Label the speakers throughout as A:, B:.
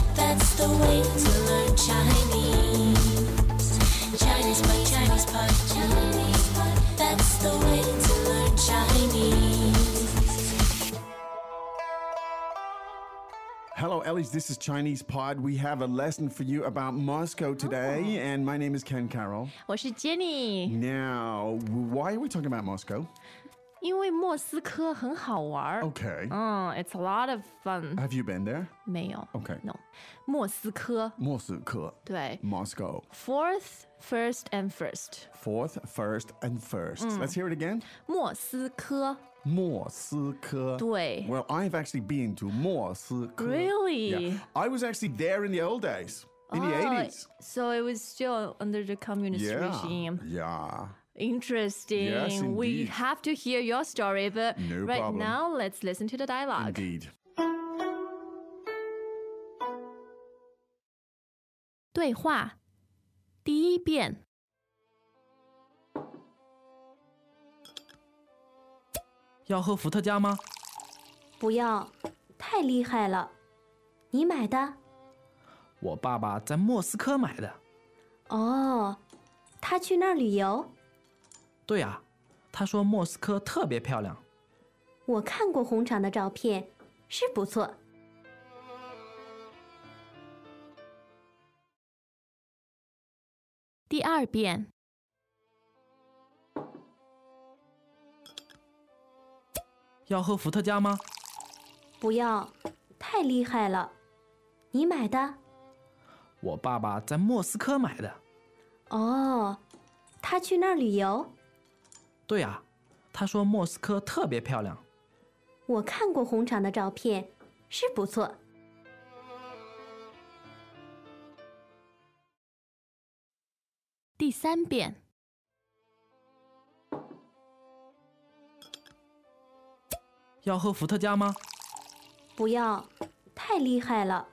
A: a way to learn Chinese. Chinese pot, Chinese pot, Chinese pot. That's the way to learn Chinese.
B: Hello, Ellie's. This is Chinese Pod. We have a lesson for you about Moscow today,
C: Oh.
B: and my name is Ken Carroll.
C: 我是 Jenny，
B: Now, why are we talking about Moscow?
C: 因为莫斯科很好玩儿。
B: Okay.
C: 嗯，It's a lot of fun。
B: Have you been there?
C: 没有
B: OK
C: ，no，莫斯科
B: Moscow.
C: 对
B: Moscow.
C: ，fourth, first and first，
B: Fourth, first, and first.
C: Hmm.
B: Let's hear it again.
C: 莫斯科
B: 莫斯科.
C: 对
B: Well, I've actually been to 莫斯科.
C: Really? Oh，
B: Yeah. I was actually there in the old days, in the 80s.
C: So it was still under Ah, the Ah, communist
B: Yeah.
C: regime.
B: Yeah.
C: Interesting.
B: Yes,
C: we
B: indeed.
C: have to hear your story, but
B: No
C: right
B: problem.
C: now let's listen to the dialogue.
B: Indeed.
C: 对话第一遍，
D: 要喝伏特加吗？
E: 不要，太厉害了。你买的？
D: 我爸爸在莫斯科买的。
E: 哦，他去那儿旅游。
D: 对啊，他说莫斯科特别漂亮。
E: 我看过红场的照片，是不错。
C: 第二遍，
D: 要喝伏特加吗？
E: 不要，太厉害了。你买的？
D: 我爸爸在莫斯科买的。
E: 哦，他去那儿旅游。
D: 对啊，他说莫斯科特别漂亮。
E: 我看过红场的照片，是不错。
C: 第三遍，
D: 要喝伏特加吗？
E: 不要，太厉害了。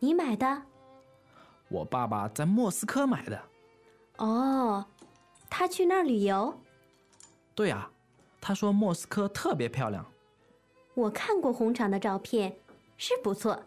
E: 你买的？
D: 我爸爸在莫斯科买的。
E: 哦，他去那儿旅游。
D: 对啊，他说莫斯科特别漂亮。
E: 我看过红场的照片，是不错。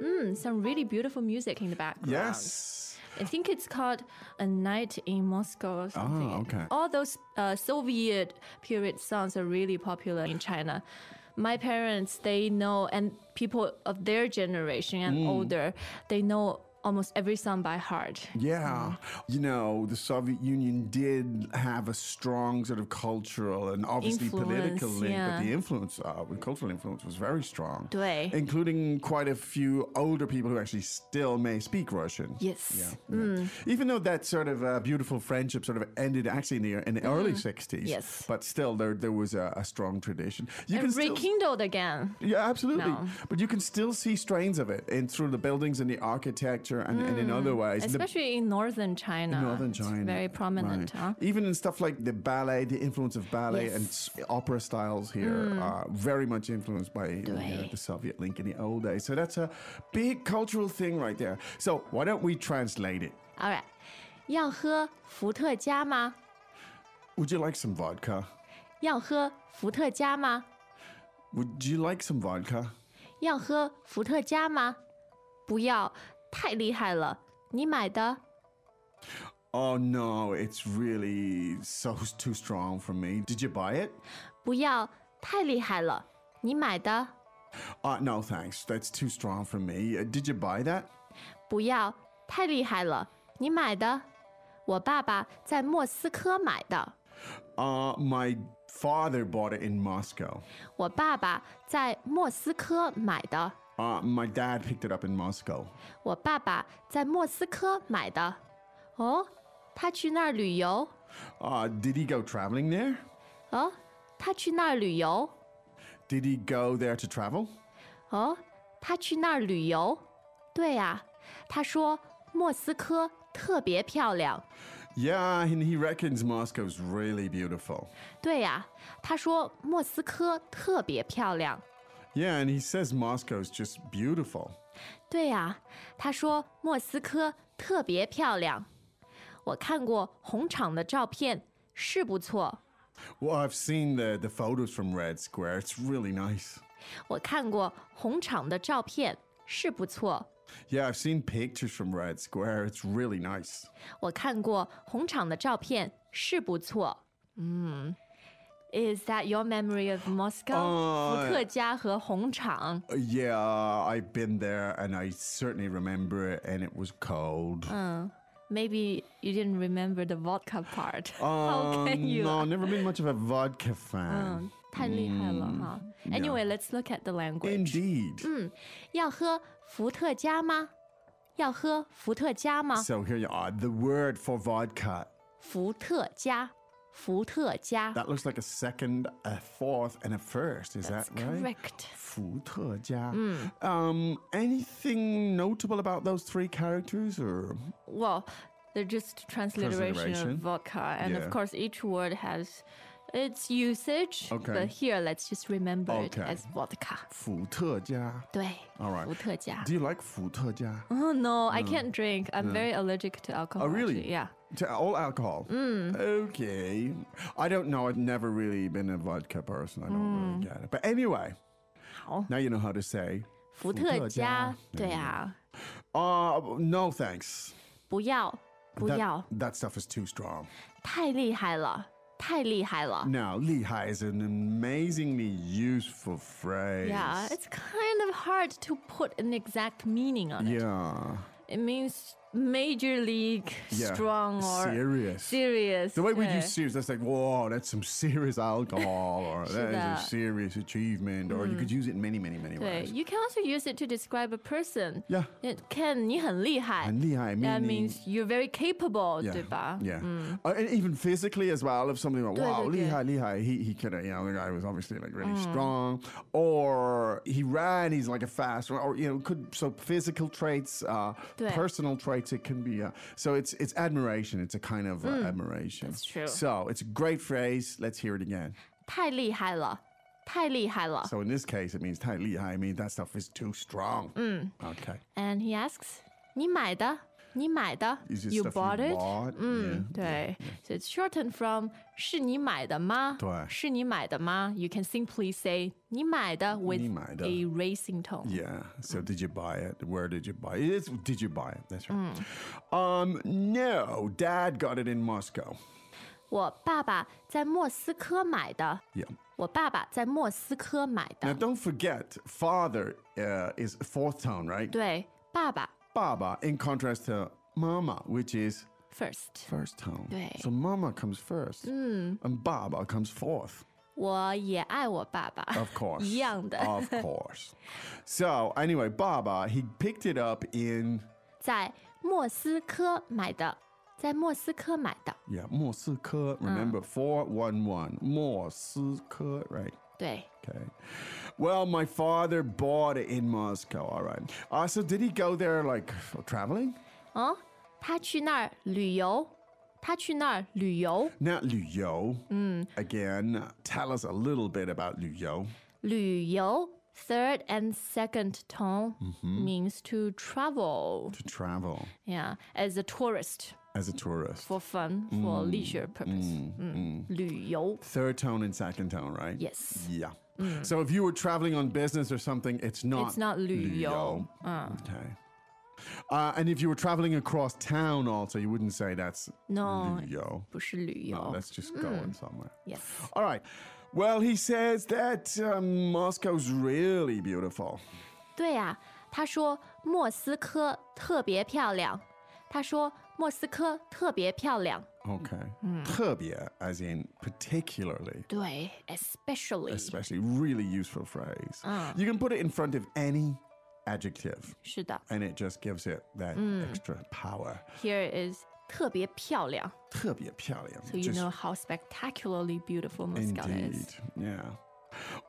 C: 嗯，some really beautiful music in the background.
B: Yes.
C: I think it's called A Night in Moscow or something.
B: Oh, Ah, okay.
C: All those uh, Soviet period songs are really popular in China. My parents, they know, and people of their generation and
B: Mm.
C: older, they know almost every song by heart.
B: Yeah.
C: Mm-hmm.
B: You know, the Soviet Union did have a strong sort of cultural and obviously political
C: Influence,
B: link,
C: yeah.
B: but the influence, uh, the cultural influence was very strong.
C: 对。
B: Including quite a few older people who actually still may speak Russian.
C: Yes.
B: Yeah.
C: Mm.
B: Even though that sort of uh, beautiful friendship sort of ended actually in the, in the early 60s.
C: Mm-hmm. Yes.
B: But still, there, there was a, a strong tradition. You
C: And
B: still-
C: rekindled again.
B: yeah, absolutely.
C: No.
B: But you can still see strains of it in through the buildings and the architecture and, and in other ways. The-
C: Mm. Especially in northern China.
B: in northern
C: It's
B: China.
C: very prominent.
B: Right.
C: Huh?
B: Even in stuff like the ballet, the influence of ballet
C: Yes. Mm.
B: and s- opera styles here are very much influenced by you know,
C: Right.
B: the Soviet link in the old days. So that's a big cultural thing right there. So why don't we translate it?
C: All right. 要喝伏特加吗？
B: Would you like some vodka?
C: 要喝伏特加吗？
B: Would you like some vodka?
C: 要喝伏特加吗？不要，太厉害了！你买的
B: Oh no, it's really so too strong for me. Did you buy it?
C: 不要，太厉害了！你买的
B: Uh, no, thanks. That's too strong for me. Uh, did you buy that?
C: 不要，太厉害了！你买的，我爸爸在莫斯科买的，
B: Uh, my father bought it in Moscow.
C: 我爸爸在莫斯科买的，
B: Uh, my dad picked it up in Moscow.
C: 我爸爸在莫斯科买的。哦，他去那儿旅游。
B: Uh, did he go traveling there?
C: 哦，他去那儿旅游。
B: Did he go there to travel?
C: 哦，他去那儿旅游。对呀、他说莫斯科特别漂亮。
B: Yeah, and he reckons Moscow's really beautiful.
C: 对呀、他说莫斯科特别漂亮。
B: Yeah, and he says Moscow's just beautiful.
C: 对呀、他说莫斯科特别漂亮。我看过红场的照片，是不错。
B: Well, I've seen the, the photos from Red Square. It's really nice.
C: 我看过红场的照片，是不错。
B: Yeah, I've seen pictures from Red Square. It's really nice.
C: 我看过红场的照片，是不错。嗯，Is that your memory of Moscow？、
B: 哦
C: 伏特加和红场。
B: Uh, Yeah, I've been there and I certainly remember it, and it was cold.
C: 嗯 Maybe you didn't remember the vodka part. How
B: Um,
C: can you?
B: No,
C: Oh,
B: never been much of a vodka fan.
C: 嗯，太厉害了哈。Anyway, let's look at the language.
B: 嗯 Indeed.
C: 要喝伏特加吗？要喝伏特加吗？
B: So here you are. The word for vodka.
C: 伏特加，伏特加。
B: That looks like a second, a fourth, and a first. Is that
C: That's
B: right?
C: correct. Mm.
B: 伏特加. Um, anything notable about those three characters, or
C: Well, they're just transliteration
B: Transliteration.
C: of vodka, and
B: Yeah.
C: of course, each word has its usage.
B: Okay.
C: But here, let's just remember it
B: Okay.
C: as vodka.
B: 伏特加?
C: 对
B: All right.
C: 伏特加。
B: Do you like 伏特加?
C: Oh no, I can't drink. I'm very allergic to alcohol.
B: Oh, really?
C: actually. Yeah.
B: To all alcohol.
C: Mm.
B: Okay. I don't know. I've never really been a vodka person. I don't
C: Mm.
B: really get it. But anyway,
C: 好，
B: now you know how to say.
C: 伏特加
B: 伏特加，
C: 对啊，
B: Uh, no, thanks.
C: 不要，不
B: That-
C: 要，
B: That stuff is too strong.
C: 太厉害了，太厉害了。
B: Now, lihai is an amazingly useful phrase.
C: Yeah, it's kind of hard to put an exact meaning on it.
B: Yeah.
C: It means major league,
B: Yeah.
C: strong or
B: Serious.
C: serious.
B: The way we
C: 对
B: use serious, that's like, whoa, that's some serious alcohol, or that is a
C: 是的。
B: serious achievement, or you
C: Mm-hmm.
B: could use it in many, many, many
C: 对
B: ways.
C: ，you can also use it to describe a person.
B: Yeah.
C: It can 你很厉害，
B: 很厉害
C: ，That
B: meaning-
C: means you're very capable，
B: Yeah.
C: 对吧？
B: Yeah. Uh, and even physically as well, if something like,
C: Mm. Good,
B: wow,
C: good, good. Mm.
B: Lehigh, Lehigh, he, he could have, you know, the guy was obviously like really strong. Or he ran, he's like a fast, or, you know, could, so physical traits, uh,
C: 对。
B: personal traits, it can be, uh, so it's it's admiration. It's a kind of uh, admiration. That's
C: Mm. true.
B: So it's a great phrase. Let's hear it again.
C: 太厉害了，太厉害了。
B: So in this case, it means, Tai Lehigh, I mean, that stuff is too strong.
C: Mm.
B: Okay.
C: And he asks，你买的，你买的
B: Is it
C: ，you
B: stuff
C: bought
B: you
C: it？Mm.
B: bought?
C: 嗯
B: Yeah.，
C: 对，so it's shortened from 是你买的吗？
B: 对
C: 是你买的吗？You can simply say 你买的 with
B: 你买的
C: a raising tone。
B: Yeah. So did you buy it? Where did you buy it? It's, did you buy it? That's right. Um, no, Dad got it in Moscow.
C: 我爸爸在莫斯科买的。
B: Yeah.
C: 我爸爸在莫斯科买
B: Now
C: 的。
B: don't forget, father uh, is fourth tone, right?
C: 对，爸爸
B: Baba, in contrast to mama, which is
C: first。
B: first tone.
C: 对。
B: So mama comes first, and Baba comes fourth.
C: 我也爱我爸爸。
B: Of course.
C: 一样的，
B: of course. So anyway, Baba he picked it up in
C: 在莫斯科买的，在莫斯科买的。
B: yeah 莫斯科. Remember four one one 莫斯科, right?
C: 对，
B: Okay. Well, my father bought it in Moscow. All right. Uh, so did he go there like for traveling?
C: 嗯，他去那儿旅游，他去那儿旅游，
B: Not Luyo.
C: Mm.
B: Again, tell us a little bit about Luyo.
C: 旅游。Third and second tone means to travel,
B: To travel
C: yeah, as a tourist
B: as a tourist.
C: for fun, for leisure purpose. 嗯，旅游
B: Third tone and second tone, right?
C: Yes. Mm.
B: Yeah. So if you were traveling on business or something, it's not.
C: It's not 旅游.
B: Luyo. Okay. Uh, and if you were traveling across town, also, you wouldn't say that's
C: No,
B: Luyo.
C: 不是旅游。
B: No, that's just
C: Mm.
B: going somewhere.
C: yes.
B: All right. Well, he says that um, Moscow's really beautiful.
C: 对呀、他说莫斯科特别漂亮。他说莫斯科特别漂亮。
B: Okay.
C: Hmm.
B: 特别, as in particularly,
C: 对，especially
B: especially really useful phrase.
C: Ah.
B: You can put it in front of any adjective
C: 是的
B: and it just gives it that
C: Hmm.
B: extra power.
C: ，here is 特别漂亮。
B: 特别漂亮,
C: So you
B: just
C: know how spectacularly beautiful Moscow
B: indeed.
C: is.
B: Yeah.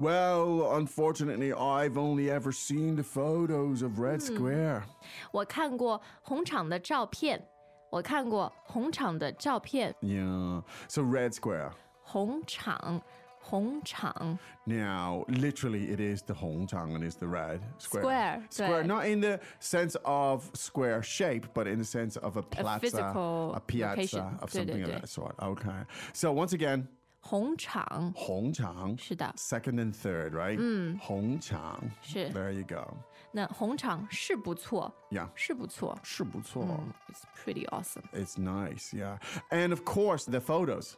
B: Well, unfortunately, I've only ever seen the photos of Red
C: Hmm.
B: Square.
C: 我看过红场的照片，我看过红场的照片，
B: Yeah. So Red Square.
C: 红场，红场
B: Now, literally, it is the Hongtang and it's the red square.
C: Square,
B: Square,
C: right.
B: not in the sense of square shape, but in the sense of a plaza,
C: physical
B: piazza,
C: location.
B: of
C: Yeah, yeah,
B: something of
C: yeah.
B: that sort. Okay. So, once again,
C: 红场，
B: Hong Chang.
C: 是的，
B: Second and third, right?
C: Hmm.
B: Hong Chang.
C: 是
B: There you go.
C: 那红场是不错，
B: Yeah.
C: 是不错
B: 是不错
C: ，It's pretty awesome。
B: It's nice, yeah. And of course, the photos.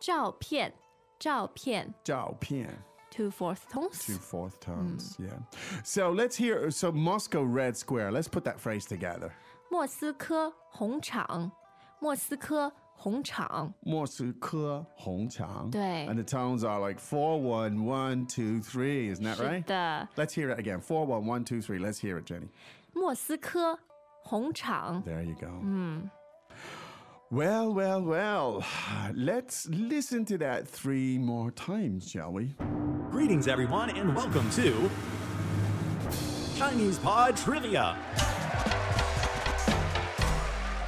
C: 照片，照片
B: Zhao Pian.
C: ，two fourth
B: Two
C: tones，
B: fourth tones,
C: Hmm.
B: yeah. So let's hear. So Moscow Red Square. Let's put that phrase together.
C: 莫斯科红场，莫斯科红场，
B: 莫斯科红墙.
C: 对。
B: And the tones are like four, one, one, two, three. Isn't that
C: 是
B: right?
C: 的，
B: Let's hear it again. Four, one, one, two, three. Let's hear it, Jenny.
C: 莫斯科红场，
B: There you go.
C: Hmm.
B: Well, well, well. Let's listen to that three more times, shall we?
F: Greetings, everyone, and welcome to Chinese Pod Trivia.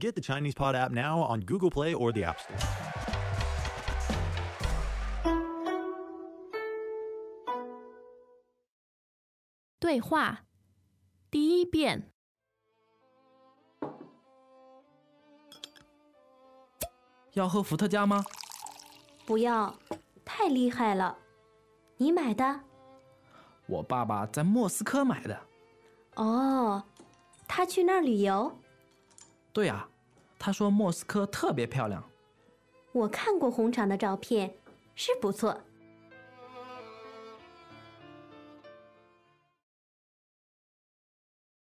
F: Get the Chinese Pod app now on Google Play or the App Store.
C: 对话，第一遍，
D: 要喝伏特加吗？
E: 不要太厉害了。你买的？
D: 我爸爸在莫斯科买的。
E: 哦，他去那儿旅游。
D: 对啊，他说莫斯科特别漂亮。
E: 我看过红场的照片，是不错。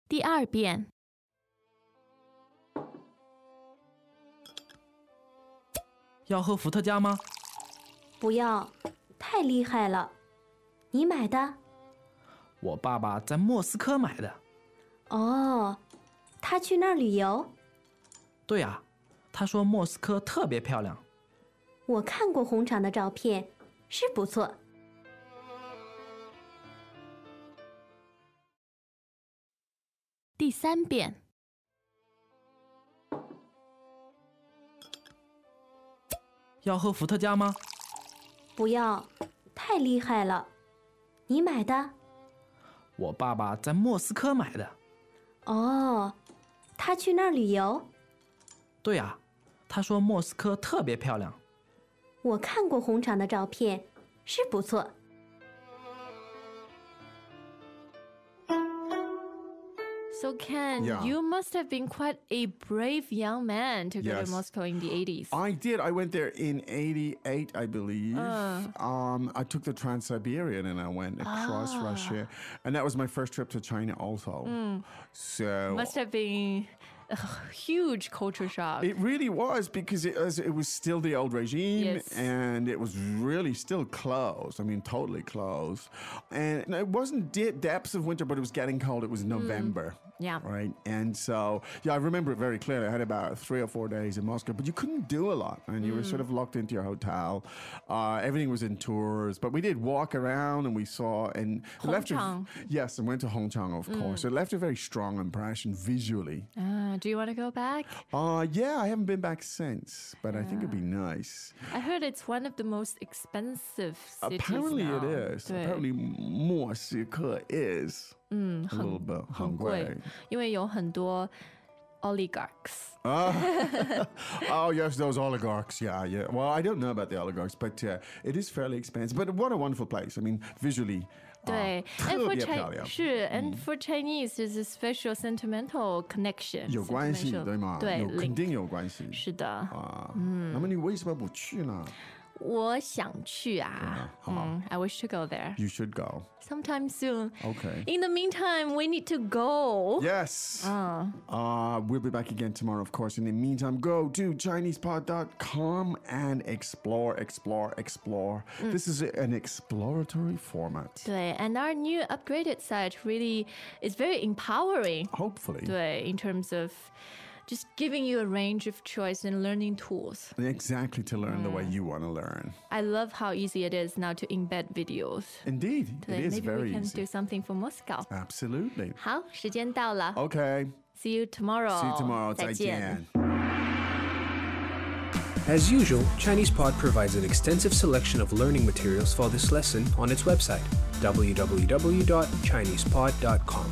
C: 第二遍，
D: 要喝伏特加吗？
E: 不要太厉害了。你买的？
D: 我爸爸在莫斯科买的。
E: 哦，他去那儿旅游。
D: 对啊，他说莫斯科特别漂亮。
E: 我看过红场的照片，是不错。
C: 第三遍，
D: 要喝伏特加吗？
E: 不要太厉害了。你买的？
D: 我爸爸在莫斯科买的。
E: 哦，他去那儿旅游。
D: 对啊，他说莫斯科特别漂亮。
E: 我看过红场的照片，是不错。
C: So Ken,
B: Yeah.
C: you must have been quite a brave young man to go
B: Yes.
C: to Moscow in the 80s.
B: I did. I went there in '88, I believe.
C: Uh.
B: Um, I took the Trans Siberian and I went across
C: Ah.
B: Russia, and that was my first trip to China, also. So
C: Hmm. must have been a huge culture shock.
B: It really was because it, as it was still the old regime
C: Yes.
B: and it was really still closed. I mean, totally closed. And it wasn't de- depths of winter, but it was getting cold. It was November.
C: Mm. Yeah.
B: Right. And so, yeah, I remember it very clearly. I had about three or four days in Moscow, but you couldn't do a lot. And you were sort
C: Mm.
B: of locked into your hotel. Uh, everything was in tours, but we did walk around and we saw and left. A,
C: Hongchang. Mm.
B: yes, and went to Hongchang, of course. It left a very strong impression visually.
C: Ah, do you want to go back?
B: Uh, yeah, I haven't been back since, but I think it'd be nice.
C: I heard it's one of the most expensive cities.
B: Apparently,
C: now.
B: it is.
C: 对
B: Apparently, Moscow is
C: Mm,
B: a little bit
C: 很贵
B: Hongkong.，
C: 因为有很多 oligarchs。
B: Oh, yes, those oligarchs. Yeah, yeah. Well, I don't know about the oligarchs, but uh, it is fairly expensive. But what a wonderful place. I mean, visually. uh,
C: 对，and for
B: 特别
C: Chi
B: 漂亮。
C: 是，and for Chinese is a special sentimental connection，sentimental-
B: 有关系，对吗？
C: 对，
B: 有-
C: ，link Mm.
B: 肯定有关系。
C: 是的。
B: 啊，那么你为什么不去呢？
C: 我想去啊，嗯，I wish to go there
B: You should go.
C: sometime soon.
B: Okay.
C: In the meantime, we need to go.
B: Yes.
C: Ah.
B: Uh, we'll be back again tomorrow, of course. In the meantime, go to ChinesePod.com and explore, explore, explore.
C: Mm.
B: This is an exploratory format.
C: 对，and our new upgraded site really is very empowering.
B: Hopefully.
C: 对，in terms of just giving you a range of choice and learning tools.
B: Exactly to learn the way
C: Mm.
B: you want to learn.
C: I love how easy it is now to embed videos.
B: Indeed, it is
C: Maybe we
B: very
C: can
B: easy. Uh,
C: do something for Moscow.
B: Absolutely.
C: 好，时间到了。
B: Okay.
C: See you tomorrow.
B: See you tomorrow.
C: 再见。
B: 再见.
G: As usual, ChinesePod provides an extensive selection of learning materials for this lesson on its website, www.chinesepod.com.